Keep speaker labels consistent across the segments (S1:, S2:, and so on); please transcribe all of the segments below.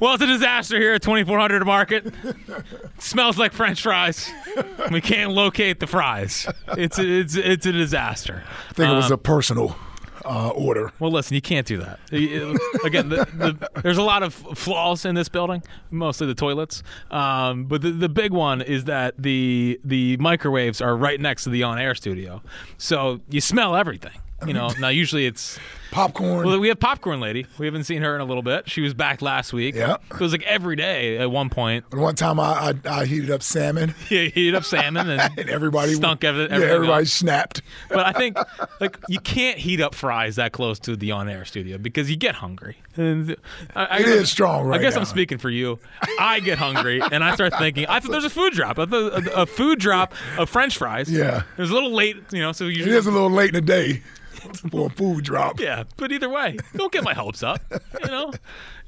S1: Well, it's a disaster here at 2400 Market. smells like French fries. We can't locate the fries. It's a, it's it's a disaster.
S2: I think it was a personal uh, order.
S1: Well, listen, you can't do that. You- Again, the, the, there's a lot of flaws in this building, mostly the toilets. Um, but the, the big one is that the the microwaves are right next to the on-air studio, so you smell everything. You know, now usually it's
S2: Popcorn.
S1: Well, we have popcorn lady. We haven't seen her in a little bit. She was back last week.
S2: Yeah.
S1: it was like every day at one point.
S2: And one time I, I, I heated up salmon
S1: You heat up salmon and,
S2: and everybody
S1: stunk every-
S2: Yeah,
S1: everything. up.
S2: everybody snapped.
S1: But I think like you can't heat up fries that close to the on-air studio because you get hungry. And I, I
S2: It is strong right
S1: I guess
S2: now.
S1: I'm speaking for you. I get hungry and I start thinking. I thought there's a food drop. I thought a, a food drop of French fries.
S2: Yeah.
S1: it was a little late. You know, so
S2: It
S1: you
S2: is a little late in the day for a food drop.
S1: yeah. But either way, don't get my hopes up. You know.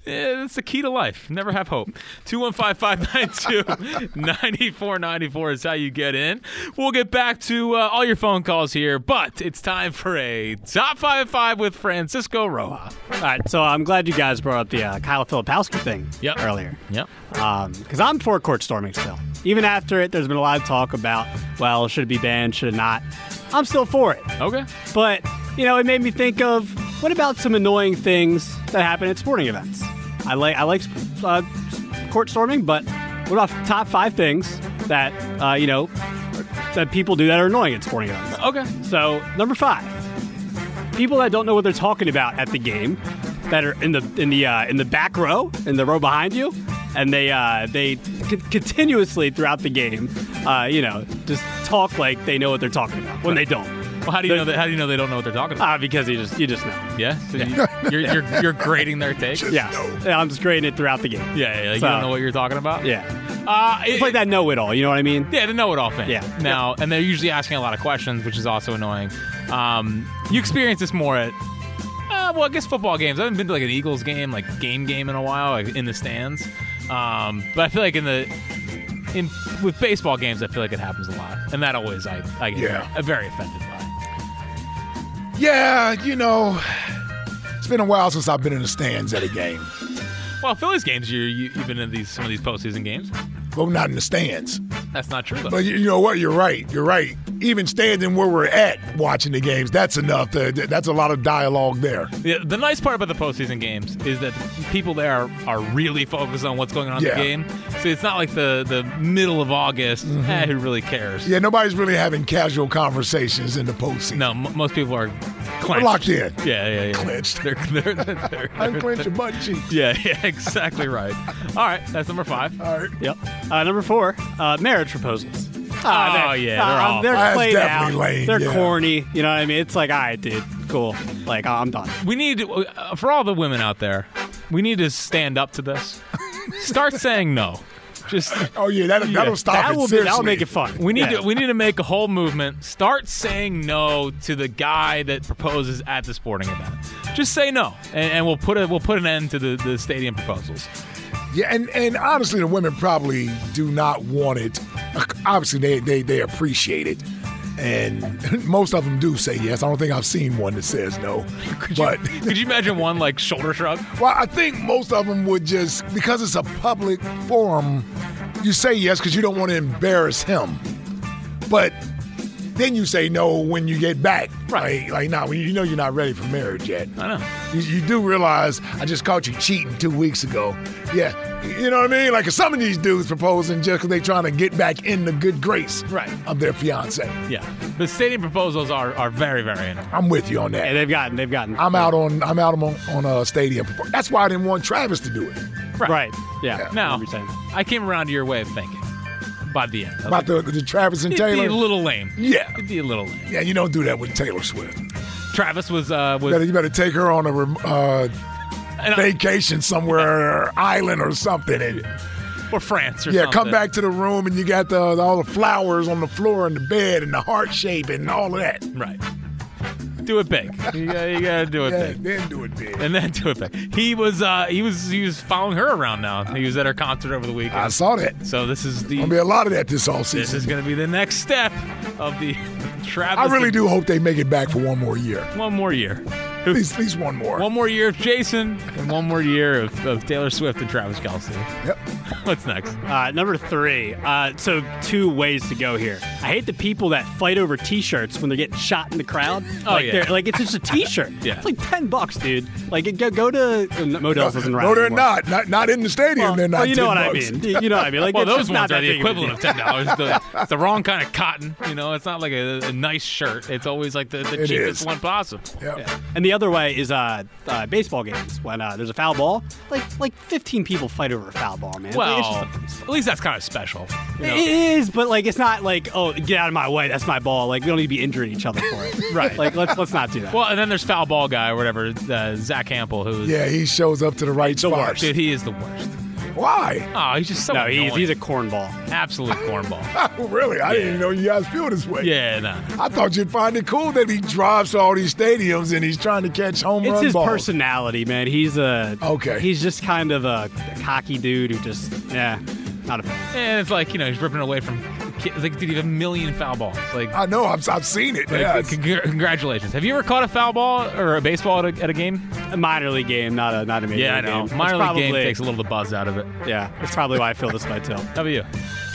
S1: Yeah, It's the key to life. Never have hope. 215 592 9494 is how you get in. We'll get back to uh, all your phone calls here, but it's time for a top five five with Francisco Roja.
S3: All right, so I'm glad you guys brought up the uh, Kyle Filipowski thing
S1: Yep.
S3: earlier.
S1: Yep.
S3: Because I'm for court storming still. Even after it, there's been a lot of talk about, well, should it be banned, should it not? I'm still for it.
S1: Okay.
S3: But, you know, it made me think of what about some annoying things that happen at sporting events? I like I like uh, court storming, but what about top five things that uh, you know that people do that are annoying at sporting events?
S1: Okay.
S3: So number five, people that don't know what they're talking about at the game, that are in the in the uh, in the back row, in the row behind you, and they uh, they c- continuously throughout the game, uh, you know, just talk like they know what they're talking about when they don't.
S1: Well, how do you know that? How do you know they don't know what they're talking about?
S3: Ah, because you just you just know.
S1: yeah. So You, you're, you're you're grading their takes. Yeah.
S3: Yeah. Yeah, I'm just grading it throughout the game.
S1: Yeah. yeah, you
S3: So-
S1: don't know what you're talking about.
S3: Yeah.
S1: Uh,
S3: It's like that know-it-all. You know what I mean?
S1: Yeah, the know-it-all thing.
S3: Yeah.
S1: Now, and they're usually asking a lot of questions, which is also annoying. Um, you experience this more at, uh, well, I guess football games. I haven't been to like an Eagles game, like game game in a while, like in the stands. Um, but I feel like in the in with baseball games, I feel like it happens a lot, and that always I I get
S2: Yeah.
S1: very, very offended by.
S2: Yeah, you know, it's been a while since I've been in the stands at a game.
S1: Well, Phillies games, you're you, you've been in these some of these postseason games.
S2: Well, not in the stands.
S1: That's not true though.
S2: But you, you know what? You're right. You're right. Even standing where we're at watching the games, that's enough. To, that's a lot of dialogue there.
S1: The, the nice part about the postseason games is that people there are, are really focused on what's going on
S2: Yeah.
S1: in the game. So it's not like the, the middle of August. Eh, who really cares?
S2: Mm-hmm. Yeah, nobody's really having casual conversations in the postseason.
S1: No, m- most people are
S2: We're
S1: clenched.
S2: locked in.
S1: Yeah, yeah, yeah.
S2: Clenched.
S1: They're, they're, they're, they're-
S2: Unclench your butt cheeks.
S1: yeah, yeah, exactly right. All right, that's number five.
S2: All right.
S3: Yep. Uh, number four, uh, marriage proposals.
S1: Oh, yeah,
S3: they-
S1: they're
S3: uh,
S1: awful.
S3: they're
S2: That's
S3: played
S2: definitely
S3: out.
S2: lame,
S3: They're
S2: yeah.
S3: corny. You know what I mean? It's like, all right, dude, cool. Like, I'm done.
S1: We need, to- uh, for all the women out there, we need to stand up to this. Start saying no. Just
S2: Oh yeah, that,
S1: Yeah.
S2: that'll stop
S3: that
S2: it.
S3: will be,
S2: seriously.
S3: that'll make it fun.
S1: We need
S3: Yeah.
S1: to we need to make a whole movement. Start saying no to the guy that proposes at the sporting event. Just say no, and, and we'll put a we'll put an end to the, the stadium proposals.
S2: Yeah, and, and honestly, the women probably do not want it. Obviously, they they, they appreciate it, and most of them do say yes. I don't think I've seen one that says no. but
S1: Could you imagine one like shoulder shrug?
S2: well, I think most of them would just because it's a public forum. You say yes because you don't want to embarrass him, but Then you say no when you get back. Right. Like, like nah, when you know you're not ready for marriage yet.
S1: I know.
S2: You, you do realize I just caught you cheating two weeks ago. Yeah. You know what I mean? Like some of these dudes proposing just because they trying to get back in the good grace
S1: Right.
S2: of their fiance.
S1: Yeah. But stadium proposals are, are very, very annoying.
S2: I'm with you on that.
S3: And they've gotten, they've gotten.
S2: I'm out on I'm out on on a stadium. That's why I didn't want Travis to do it.
S3: Right. Yeah.
S2: Yeah.
S3: I
S1: Now,
S3: remember you saying.
S1: I came around to your way of thinking by the end. I was
S2: About the, the Travis and
S1: like, it'd be a
S2: Taylor.
S1: little lame.
S2: Yeah.
S1: It'd be a little lame.
S2: Yeah, you don't do that with Taylor Swift.
S1: Travis was uh was
S2: Better, you better take her on a rem- uh,
S1: and I-
S2: vacation somewhere, or island or something, and
S1: or France or
S2: yeah,
S1: something.
S2: come back to the room and you got the all the flowers on the floor and the bed and the heart shape and all of that.
S1: Right. Do it big. You gotta, you gotta do it
S2: Yeah,
S1: big.
S2: then do it big.
S1: And then do it big. He was uh he was he was following her around now. He was at her concert over the weekend.
S2: I saw that.
S1: so this is the
S2: Gonna be a lot of that this all
S1: this
S2: season.
S1: is gonna be the next step of the Travis.
S2: I really do hope they make it back for one more year,
S1: one more year.
S2: at least, at least one more.
S1: One more year of Jason and one more year of, of Taylor Swift and Travis Kelsey.
S2: Yep.
S1: What's next?
S3: Uh, number three. Uh, so two ways to go here. I hate the people that fight over T-shirts when they're getting shot in the crowd.
S1: Oh,
S3: like
S1: yeah.
S3: they're- like it's just a T-shirt.
S1: Yeah.
S3: It's like ten bucks, dude. Like it, go, go to Models doesn't
S2: no,
S3: ride.
S2: they're
S3: anymore.
S2: not. Not not in the stadium.
S3: Well,
S2: they're not.
S3: well, Oh, you know
S2: 10
S3: what
S2: bucks.
S3: I mean. You- You know what I mean. Like
S1: Well,
S3: it's
S1: those
S3: just
S1: ones
S3: not
S1: are
S3: that
S1: the
S3: big a
S1: equivalent of
S3: deal.
S1: ten dollars. it's the wrong kind of cotton. You know, it's not like a, a nice shirt. It's always like the, the
S2: It
S1: cheapest
S2: is.
S1: one possible.
S2: Yep.
S3: And the other way is uh, uh, baseball games when uh, there's a foul ball. Like like 15 people fight over a foul ball, man. Like, it's just
S1: Well,
S3: a-
S1: at least that's kind of special. you know?
S3: It is, but like it's not like oh get out of my way, that's my ball. Like we don't need to be injuring each other for it,
S1: Right.
S3: Like let's let's not do that.
S1: Well, and then there's foul ball guy or whatever, uh, Zach Hampel, who's
S2: Yeah, he shows up to the right
S3: The
S2: spot.
S3: worst.
S1: dude, he is the worst.
S2: Why?
S1: Oh, he's just so
S3: no, he's
S1: annoying.
S3: he's a cornball.
S1: absolute cornball.
S2: Oh, really? I didn't even know you guys feel this way.
S1: yeah, no. no.
S2: I thought you'd find it cool that he drives to all these stadiums and he's trying to catch home
S3: It's
S2: run
S3: his
S2: balls.
S3: personality, man. He's a
S2: Okay.
S3: He's just kind of a, cocky dude who just yeah, not a fan.
S1: And it's like you know he's ripping away from. It's like dude, you have a million foul balls. Like,
S2: I know. I've, I've seen it.
S1: like,
S2: yeah, it's-
S1: congr- congratulations. Have you ever caught a foul ball or a baseball at a, at a game?
S3: A minor league game, not a not a major league game. It's
S1: Minor league
S3: probably,
S1: game takes a little of the buzz out of it.
S3: Yeah, that's probably why I feel this way too.
S1: How about you?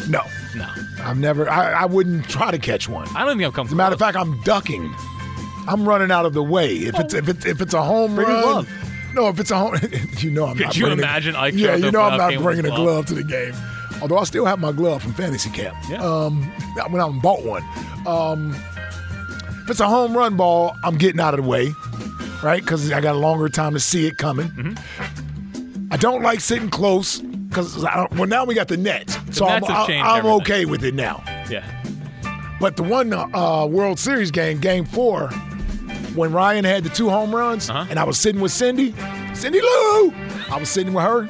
S2: no,
S1: No,
S2: I've never. I, I wouldn't try to catch one. As
S1: I don't think I've come.
S2: a matter of fact, I'm ducking. I'm running out of the way. If it's if it's if it's a home
S3: Bring a
S2: run.
S3: glove.
S2: No, if it's a home, you know I'm
S1: Could
S2: not.
S1: you
S2: bringing a-
S1: imagine Ike
S2: yeah,
S1: showed
S2: you
S1: up
S2: know
S1: for
S2: I'm
S1: a
S2: not
S1: game with
S2: bringing a
S1: a glove.
S2: glove. to the game. Although I still have my glove from fantasy camp.
S1: Yeah.
S2: Um, I went out and bought one. Um, if it's a home run ball, I'm getting out of the way, right? Because I got a longer time to see it coming.
S1: Mm-hmm.
S2: I don't like sitting close because I don't. Well, now we got the nets, so
S1: nets have
S2: I'm,
S1: changed
S2: I'm
S1: everything.
S2: okay with it now.
S1: Yeah,
S2: But the one uh, World Series game, Game Four, when Ryan had the two home runs,
S1: Uh-huh.
S2: and I was sitting with Cindy, Cindy Lou, I was sitting with her.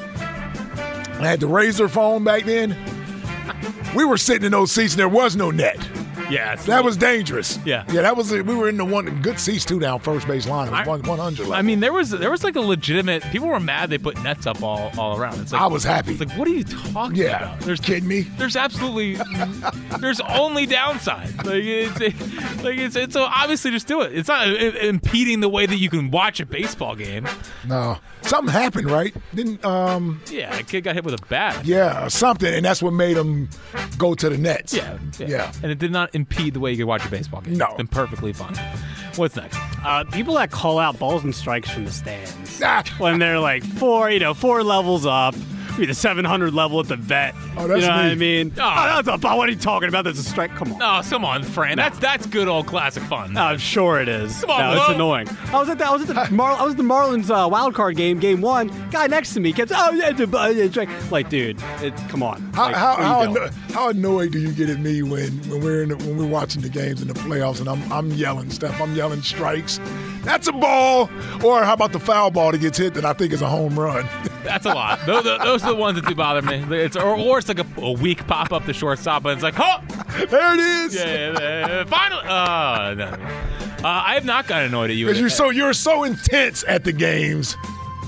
S2: I had the razor phone back then. We were sitting in those seats, and there was no net.
S1: yeah. it's-
S2: That was dangerous.
S1: Yeah.
S2: yeah, that was. it. We were in the one good seats too down first base line. It was
S1: I-
S2: one one hundred.
S1: I mean, there was there was like a legitimate. People were mad they put nets up all all around. It's like
S2: I was happy.
S1: It's like what are you talking
S2: yeah,
S1: about? There's
S2: kidding me.
S1: there's absolutely there's only downside. Like it's like it's, it's so obviously just do it. It's not i- impeding the way that you can watch a baseball game.
S2: No, something happened, right? Didn't um.
S1: Yeah, a kid got hit with a bat.
S2: Yeah, something, and that's what made him go to the Nets.
S1: Yeah,
S2: yeah.
S1: and it did not impede the way you could watch a baseball game.
S2: No.
S1: it's been perfectly fine. What's next?
S3: Uh, people that call out balls and strikes from the stands.
S2: Ah.
S3: when they're like four, you know, four levels up. Be the 700 level at the vet.
S2: Oh, that's
S3: you know what
S2: me. Ah.
S3: I mean?
S1: Oh.
S3: Oh, that's a, what are you talking about? That's a strike. Come on.
S1: Oh, come on, Fran. That's that's good old classic fun. Uh,
S3: I'm sure it is.
S1: Come on,
S3: no, it's
S1: Will.
S3: annoying. I was at the I was at
S2: Ah.
S3: the Mar- I was at the Marlins uh, wild card game, game one. Guy next to me kept oh yeah, it's a- uh, yeah, strike. Like, dude, it, come on.
S2: How,
S3: Like,
S2: how,
S3: what are you
S2: how,
S3: doing?
S2: anno- how annoyed do you get at me when, when we're in the, when we're watching the games in the playoffs and I'm I'm yelling stuff I'm yelling strikes, that's a ball, or how about the foul ball that gets hit that I think is a home run?
S1: That's a lot. Those, those, those are the ones that do bother me. It's or, or it's like a, a weak pop up the shortstop, and it's like, oh,
S2: there it is.
S1: yeah, yeah, finally. Uh, no. uh, I have not gotten annoyed at you.
S2: Because you're so you're so intense at the games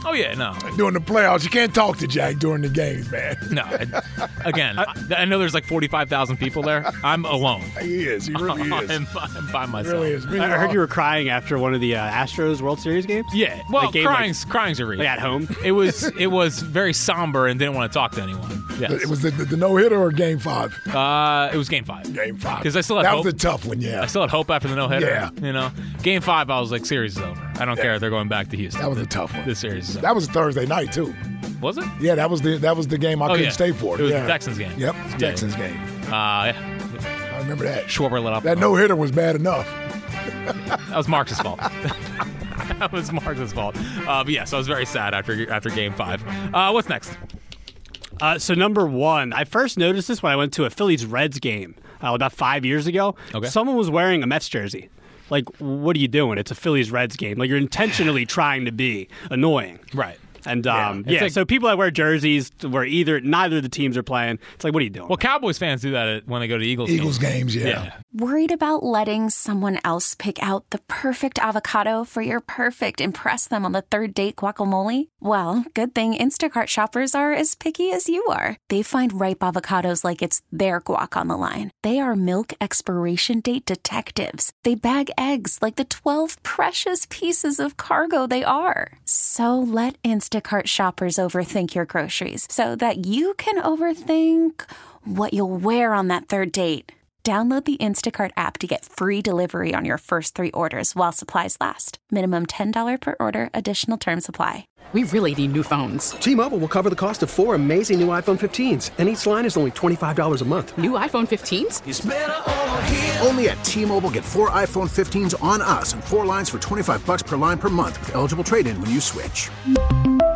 S1: Oh yeah, no,
S2: during the playoffs. You can't talk to Jack during the games, man.
S1: no. I- again, I, I know there's like forty five thousand people there. I'm alone.
S2: He is. He really is.
S1: I'm, I'm by
S2: He
S1: myself.
S2: really is. Me
S3: I
S2: and
S3: heard
S2: Rob-
S3: you were crying after one of the uh, Astros World Series games.
S1: Yeah. Well,
S3: Like game, like-
S1: crying's crying's a reason.
S3: like at home?
S1: It was it was very somber and didn't want to talk to anyone. Yes.
S2: It was the, the, no hitter or game five?
S1: Uh, it was game five.
S2: Game five.
S1: 'Cause I still had
S2: that
S1: hope.
S2: was a tough one. Yeah,
S1: I still had hope after the no hitter.
S2: Yeah.
S1: You know, game five, I was like, series is over. I don't care. They're going back to Houston.
S2: that was a tough one.
S1: This series is over.
S2: That was Thursday night too.
S1: was it?
S2: Yeah, that was the that was the game I
S1: Oh,
S2: couldn't
S1: yeah.
S2: stay for.
S1: It was
S2: yeah.
S1: the Texans game.
S2: Yep,
S1: Yeah.
S2: Texans game.
S1: Uh, yeah.
S2: I remember that.
S1: Schwarber let up.
S2: That no hitter was bad enough.
S1: That was Marx's fault. that was Marx's fault. Uh, but yes, I was very sad after after game five. Uh, what's next?
S3: Uh, so number one, I first noticed this when I went to a Phillies Reds game uh, about five years ago.
S1: Okay.
S3: Someone was wearing a Mets jersey. Like, what are you doing? It's a Phillies Reds game. Like, you're intentionally trying to be annoying.
S1: Right.
S3: And um,
S1: It's
S3: yeah,
S1: like-
S3: so people that wear jerseys where either neither of the teams are playing, it's like, what are you doing?
S1: Well, Cowboys fans do that at- when they go to Eagles.
S2: Eagles
S1: games.
S2: games, yeah.
S1: Yeah.
S4: Worried about letting someone else pick out the perfect avocado for your perfect impress them on the third date guacamole? Well, good thing Instacart shoppers are as picky as you are. They find ripe avocados like it's their guac on the line. They are milk expiration date detectives. They bag eggs like the 12 precious pieces of cargo they are. So let Instacart shoppers overthink your groceries so that you can overthink what you'll wear on that third date. Download the Instacart app to get free delivery on your first three orders while supplies last. Minimum $10 per order, additional term supply.
S5: We really need new phones.
S6: T-Mobile will cover the cost of four amazing new iPhone 15s, and each line is only $25 a month.
S5: New iPhone 15s?
S7: Only at T-Mobile, get four iPhone 15s on us and four lines for 25 bucks per line per month with eligible trade-in when you switch.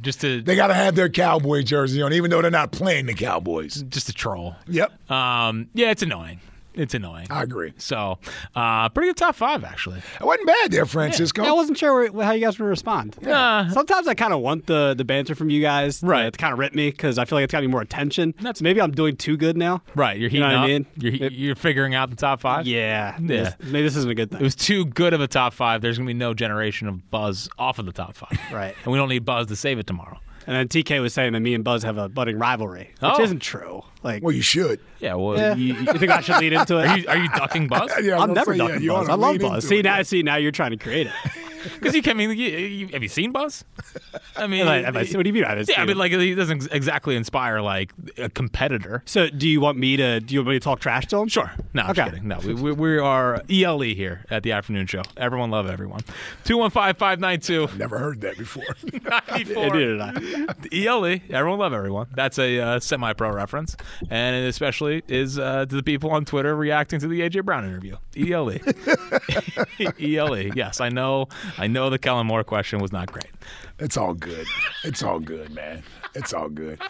S1: Just to
S2: They got to have their cowboy jersey on, even though they're not playing the Cowboys.
S1: just a troll.
S2: Yep,
S1: Um, yeah, it's annoying. It's annoying.
S2: I agree.
S1: So, uh, pretty good top five actually.
S2: It wasn't bad there, Francisco.
S3: Yeah, I wasn't sure where, how you guys would respond. Sometimes I kind of want the, the banter from you guys,
S1: Right.
S3: To, kind of rip me because I feel like it's got to be more attention. That's maybe I'm doing too good now.
S1: Right, you're
S3: You
S1: heating
S3: know what
S1: up.
S3: I mean?
S1: You're he- you're figuring out the top five.
S3: Yeah,
S1: Yeah.
S3: This- Maybe this isn't a good
S1: It
S3: thing.
S1: was too good of a top five. There's gonna be no generation of buzz off of the top five.
S3: Right.
S1: And we don't need buzz to save it tomorrow.
S3: and then TK was saying that me and Buzz have a budding rivalry, which
S1: Oh.
S3: isn't true. Like,
S2: well, you should.
S1: Yeah. Well,
S3: yeah.
S1: You,
S3: you, you think I should lead into
S1: are
S3: it?
S1: you are you ducking buzz?
S2: Yeah, I was gonna
S3: I'm never
S2: say, yeah,
S3: ducking
S2: you
S3: Buzz.
S2: oughta
S3: I love
S2: lead into
S3: Buzz. See
S2: it,
S3: now,
S2: yeah.
S3: see now, you're trying to create it.
S1: Because you can. I mean, you, you, have you seen Buzz? I mean,
S3: Like, have I seen- what do you mean? I haven't
S1: yeah, I
S3: seen
S1: mean,
S3: it?
S1: like he doesn't ex- exactly inspire like a competitor.
S3: So, do you want me to? Do you want me to talk trash to him?
S1: Sure. No, I'm just
S3: Okay.
S1: kidding. No, we, we, we are ELE here at the afternoon show. Everyone love everyone. 215 592
S2: Never heard that before.
S3: Yeah, neither did I.
S1: ELE, E everyone love everyone. That's a uh, semi pro reference. And it especially is uh, to the people on Twitter reacting to the AJ Brown interview. E ELE. ELE. E Yes, I know. I know the Kellen Moore question was not great.
S2: it's all good. It's all good, man. It's all good.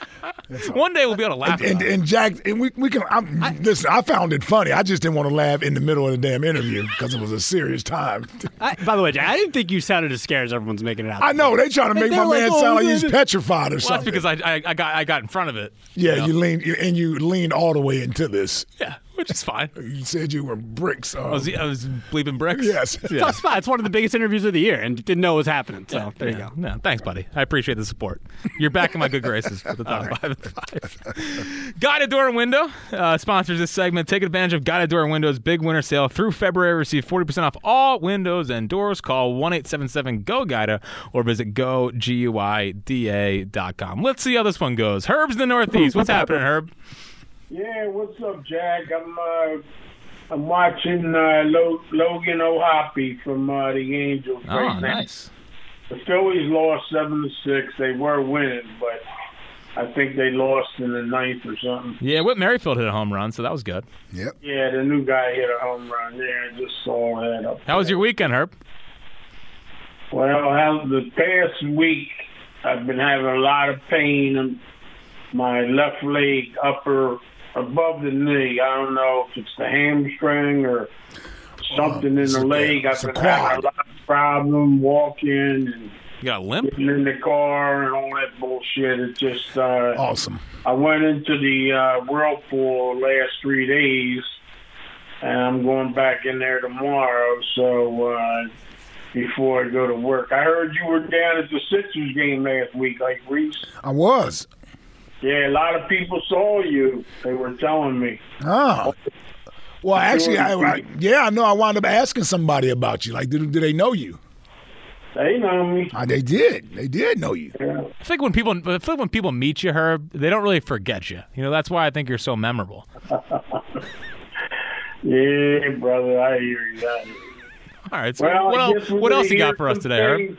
S1: One day we'll be able to laugh.
S2: And,
S1: about it.
S2: and Jack, and we, we can. I'm, listen, I found it funny. I just didn't want to laugh in the middle of the damn interview because it was a serious time.
S3: I, by the way, Jack, I didn't think you sounded as scared as everyone's making it out.
S2: I know they trying to
S3: They-
S2: make
S3: they
S2: my
S3: were like,
S2: man
S3: "Oh,
S2: sound like
S3: yeah,
S2: he's
S3: this-"
S2: petrified
S1: well,
S2: or
S1: that's
S2: something.
S1: because I, I, I got I got in front of it.
S2: yeah,
S1: know?
S2: you lean and you leaned all the way into this.
S1: Yeah. which is fine.
S2: You said you were bricks. Um,
S1: I was, I was bleeping bricks.
S2: Yes.
S3: It's not spot. It's one of the biggest interviews of the year, and didn't know it was happening. So there you
S1: Yeah.
S3: go.
S1: No, thanks, buddy. I appreciate the support. You're back in my good graces for the top five and five. Guided Door and Window uh, sponsors this segment. Take advantage of Guided Door and Windows big winter sale through February. Receive 40% off all windows and doors. Call one eight seven seven go guida or visit goguida.com. Let's see how this one goes. Herb's in the Northeast. What's happening, Herb?
S8: Yeah, what's up, Jack? I'm uh, I'm watching uh, Lo- Logan O'Hoppy from uh, the Angels.
S1: Oh,
S8: right now.
S1: nice.
S8: The Phillies lost seven to six. They were winning, but I think they lost in the ninth or something.
S1: Yeah, Whit Merrifield hit a home run, so that was good.
S2: Yep.
S8: Yeah, the new guy hit a home run. Yeah, I just saw that up.
S1: How was your weekend, Herb?
S8: Well, how the past week, I've been having a lot of pain in my left leg, upper above the knee. I don't know if it's the hamstring or something in
S2: it's
S8: the
S2: a-
S8: leg. I've
S2: it's a
S8: been having a lot of problem walking and
S1: You got a limp?
S8: getting in the car and all that bullshit. It's just uh,
S2: Awesome.
S8: I went into the uh, whirlpool last three days, and I'm going back in there tomorrow. So uh, before I go to work, I heard you were down at the Sixers game last week, like Reese.
S2: I was.
S8: Yeah, a lot of people saw you. They were telling me.
S2: Oh. Well, actually, I, I yeah, I know. I wound up asking somebody about you. Like, do, do they know you?
S8: They know me.
S2: Ah, they did. They did know you.
S1: I think when people, I feel like when people meet you, Herb, they don't really forget you. You know, that's why I think you're so memorable.
S8: Yeah, brother, I hear you. I hear you.
S1: All right. So
S8: Well,
S1: what
S8: I
S1: else?
S8: guess we're
S1: What
S8: gonna
S1: else you
S8: hear
S1: got for us
S8: some
S1: today, Herb?
S8: things.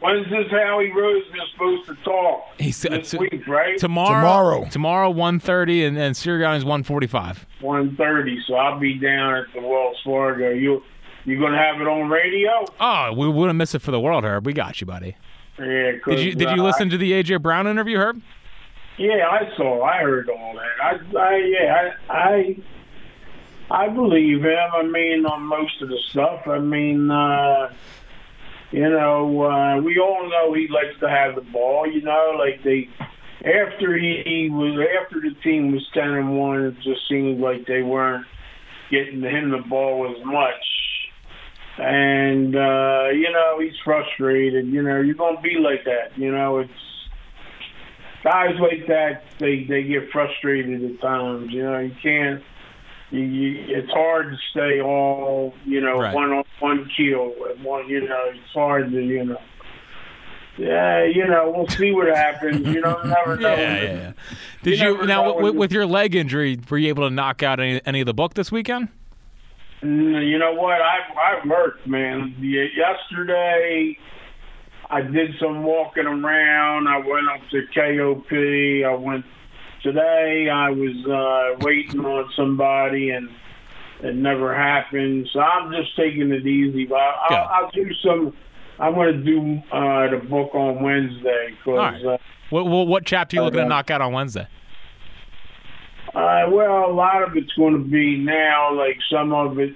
S8: When's this Howie Roseman supposed to talk?
S1: He said
S8: this
S1: to-
S8: week, right?
S1: Tomorrow.
S2: Tomorrow.
S1: Tomorrow, one thirty, and and Sirianni's one forty-five.
S8: one thirty, so I'll be down at the Wells Fargo. You you gonna have it on radio?
S1: Oh, we wouldn't miss it for the world, Herb. We got you, buddy.
S8: Yeah. 'cause,
S1: Did you Did you
S8: uh,
S1: listen to the AJ Brown interview, Herb?
S8: yeah, I saw. I heard all that. I, I yeah, I, I I believe him. I mean, on most of the stuff. I mean, uh, you know, uh, we all know he likes to have the ball. You know, like they. After he, he was, after the team was ten and one, it just seemed like they weren't getting him the ball as much. and uh, you know he's frustrated. You know you're gonna be like that. You know it's guys like that. They they get frustrated at times. You know you can't. You, you, it's hard to stay all you know
S1: Right.
S8: one on one keel. and One you know it's hard to you know. Yeah, you know we'll see what happens. You don't never know.
S1: Did
S8: You
S1: you,
S8: never
S1: now
S8: know
S1: with,
S8: when-
S1: with your leg injury? Were you able to knock out any, any of the book this weekend?
S8: Mm, You know what? I've I've worked, man. Ye- Yesterday, I did some walking around. I went up to KOP. I went today. I was uh, waiting on somebody, and it never happened. So I'm just taking it easy. But I'll,
S1: Good.
S8: I'll, I'll do some. I'm going to do uh, the book on Wednesday
S1: All
S8: because.
S1: right.
S8: Uh,
S1: What What, what chapter are you looking to
S8: Okay.
S1: knock out on Wednesday?
S8: Uh, well, a lot of it's going to be now, like some of it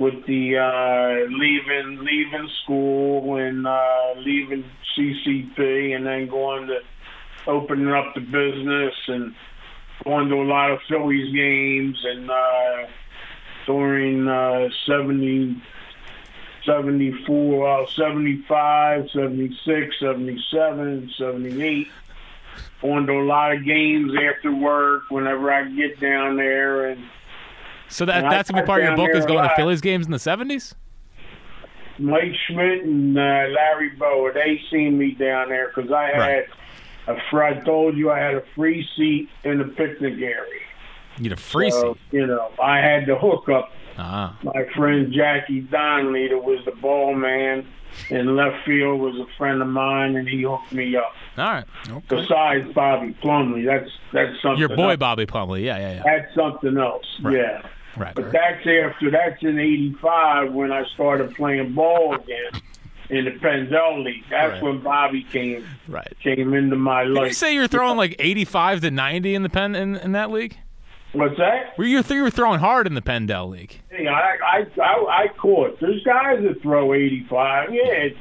S8: with the uh, leaving leaving school and uh, leaving CCP, and then going to opening up the business and going to a lot of Phillies games and uh, during uh, 70, 74, uh, 75, 76, 77, 78 going to a lot of games after work whenever I get down there and
S1: So that
S8: And I-
S1: that's gonna
S8: I
S1: be part of your book
S8: found
S1: is
S8: there a
S1: going to
S8: lot.
S1: Phillies games in the seventies.
S8: Mike Schmidt and uh, Larry Boa, they seen me down there 'cause I had
S1: Right.
S8: a fr- I told you I had a free seat in the picnic area.
S1: You need a free
S8: So,
S1: seat.
S8: you know, I had to hook up
S1: Ah,
S8: my friend Jackie Donnelly that was the ball man in left field was a friend of mine and he hooked me up.
S1: all right.
S8: Besides Bobby Plumley, that's that's something
S1: Your boy
S8: else.
S1: Bobby Plumley. Yeah, yeah, yeah.
S8: that's something else.
S1: Right.
S8: Yeah.
S1: Right.
S8: But that's after that's in '85 when I started playing ball again in the Pendel League. That's
S1: Right.
S8: when Bobby came
S1: Right.
S8: came into my
S1: Did
S8: life.
S1: you say you were throwing like 85 to 90 in the pen in, in that league?
S8: What's that?
S1: Were you, you were throwing hard in the Pendel league?
S8: Hey, I, I I I caught. There's guys that throw 85. Yeah, it's,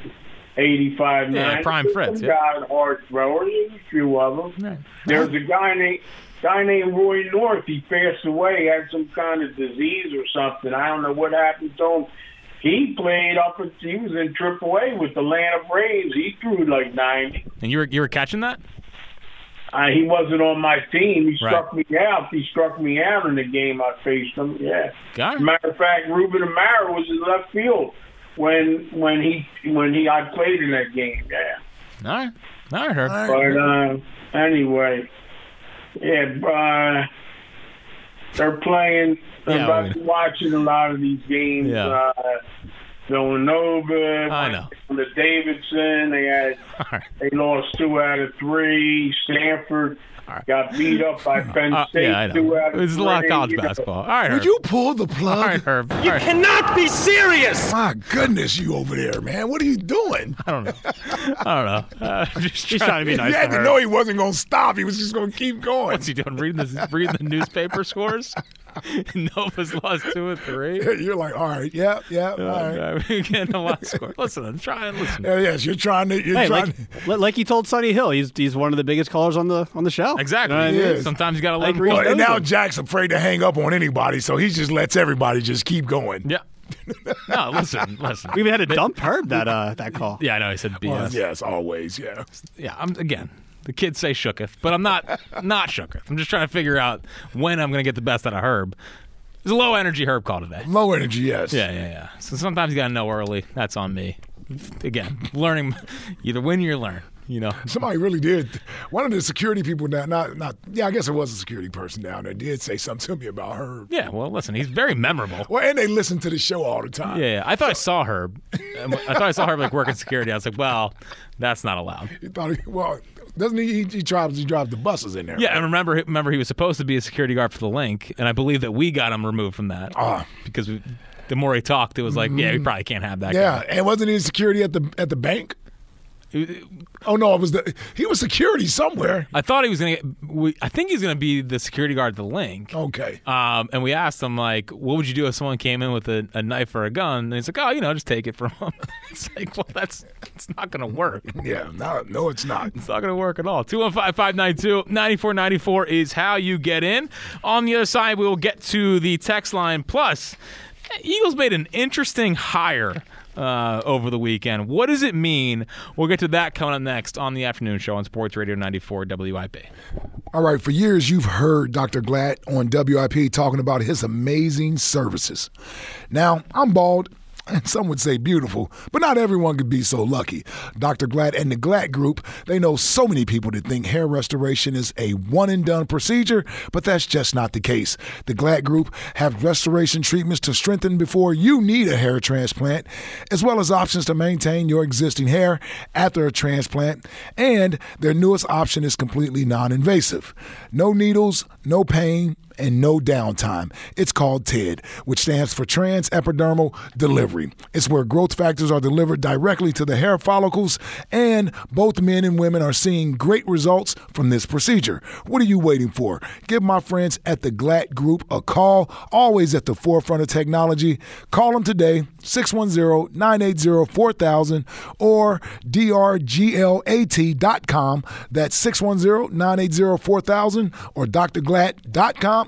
S8: 85,
S1: Yeah,
S8: 90.
S1: prime
S8: There's
S1: Fritz,
S8: Some
S1: yeah.
S8: guys hard throwers, there's a few of them. There's a guy named guy named Roy North. He passed away, had some kind of disease or something. I don't know what happened to him. He played up. At, he was in Triple A with the Atlanta Braves. He threw like 90.
S1: And you were you were catching that?
S8: Uh, he wasn't on my team. He
S1: Right.
S8: struck me out. He struck me out in the game I faced him. Yeah.
S1: Got it.
S8: Matter of fact, Ruben Amaro was in left field when when he when he I played in that game. Yeah.
S1: All right. All right, Herb.
S8: But uh, anyway, yeah, uh, they're playing. I'm
S1: Yeah,
S8: about
S1: I
S8: to be watching a lot of these games.
S1: Yeah.
S8: Uh, Villanova,
S1: I know.
S8: the Davidson. They had they lost two out of three. Stanford got beat up by Penn
S1: Uh,
S8: State.
S1: yeah, I
S8: Two
S1: know.
S8: out of
S1: There's a lot
S8: three,
S1: of college
S8: you know.
S1: basketball. All right,
S2: Would
S1: Herb.
S2: you pull the plug?
S1: All right, Herb. All right.
S2: cannot be serious. My goodness, you over there, man. What are you doing?
S1: I don't know. I don't know. Uh, I'm just
S2: He's
S1: trying
S2: trying to be nice You to had to her. know he wasn't going to stop. He was just going to keep going.
S1: What's he doing? Reading the reading the newspaper scores. Nova's lost two or three. Uh,
S2: You're like, all right, yeah, yeah, all right.
S1: Getting a lot of scores. Listen, I'm trying. Listen.
S2: Yeah, yes, you're trying to. You're
S3: hey,
S2: trying
S3: like, li- like he told Sonny Hill, he's he's one of the biggest callers on the on the show.
S1: Exactly.
S3: You know what I mean?
S2: is.
S1: Sometimes you got to let
S3: Like,
S1: 'em
S2: Well,
S1: go.
S2: and now Jack's afraid to hang up on anybody, so he just lets everybody just keep going.
S1: Yeah. No, listen, listen.
S3: We even had to dump Herb that uh, that call.
S1: Yeah, I know. He said BS.
S2: Well, yes, always, yeah.
S1: yeah, I'm again. The kids say shooketh, but I'm not not shooketh. I'm just trying to figure out when I'm going to get the best out of Herb. It's a low energy Herb call today.
S2: Low energy, yes.
S1: Yeah, yeah, yeah. So sometimes you got to know early. That's on me. Again, learning either win or learn. You know.
S2: Somebody really did. One of the security people down, not, not, yeah, I guess it was a security person down there, did say something to me about Herb.
S1: Yeah. Well, listen, he's very memorable.
S2: Well, and they listen to the show all the time.
S1: Yeah, yeah. I thought I saw Herb. Um, I thought I saw Herb like working security. I was like, well, that's not allowed.
S2: He thought, he, well, doesn't he? He, he tries to drive the buses in there.
S1: Yeah, and remember, remember, he was supposed to be a security guard for the link, and I believe that we got him removed from that
S2: Ah. Mm-hmm.
S1: because we, the more he talked, it was like, yeah, we probably can't have that.
S2: yeah. And wasn't he security at the at the bank?
S1: guy.
S2: Oh no, it was the he was security somewhere.
S1: I thought he was gonna. Get, we, I think he's gonna be the security guard at the
S2: Oh.
S1: link.
S2: Okay.
S1: Um, and we asked him like, what would you do if someone came in with a, a knife or a gun? And he's like, oh, you know, just take it from him. it's like, well, that's it's not gonna work.
S2: Yeah. No, no, it's not.
S1: It's not going to work at all. 215 592 9494 is how you get in. On the other side, we will get to the text line. Plus, Eagles made an interesting hire uh, over the weekend. What does it mean? We'll get to that coming up next on the afternoon show on Sports Radio 94 WIP.
S2: All right, for years you've heard Dr. Glatt on WIP talking about his amazing services. Now, I'm bald, and some would say beautiful, but not everyone could be so lucky. Dr. Glatt and the Glatt Group, they know so many people that think hair restoration is a one and done procedure, but that's just not the case. The Glatt Group have restoration treatments to strengthen before you need a hair transplant, as well as options to maintain your existing hair after a transplant, and their newest option is completely non invasive. No needles, no pain, and no downtime. It's called TED, which stands for Trans Epidermal Delivery. It's where growth factors are delivered directly to the hair follicles, and both men and women are seeing great results from this procedure. What are you waiting for? Give my friends at the Glatt Group a call, always at the forefront of technology. Call them today, 610 980 4000 or drglat.com. That's 610 980 4000 or drglat.com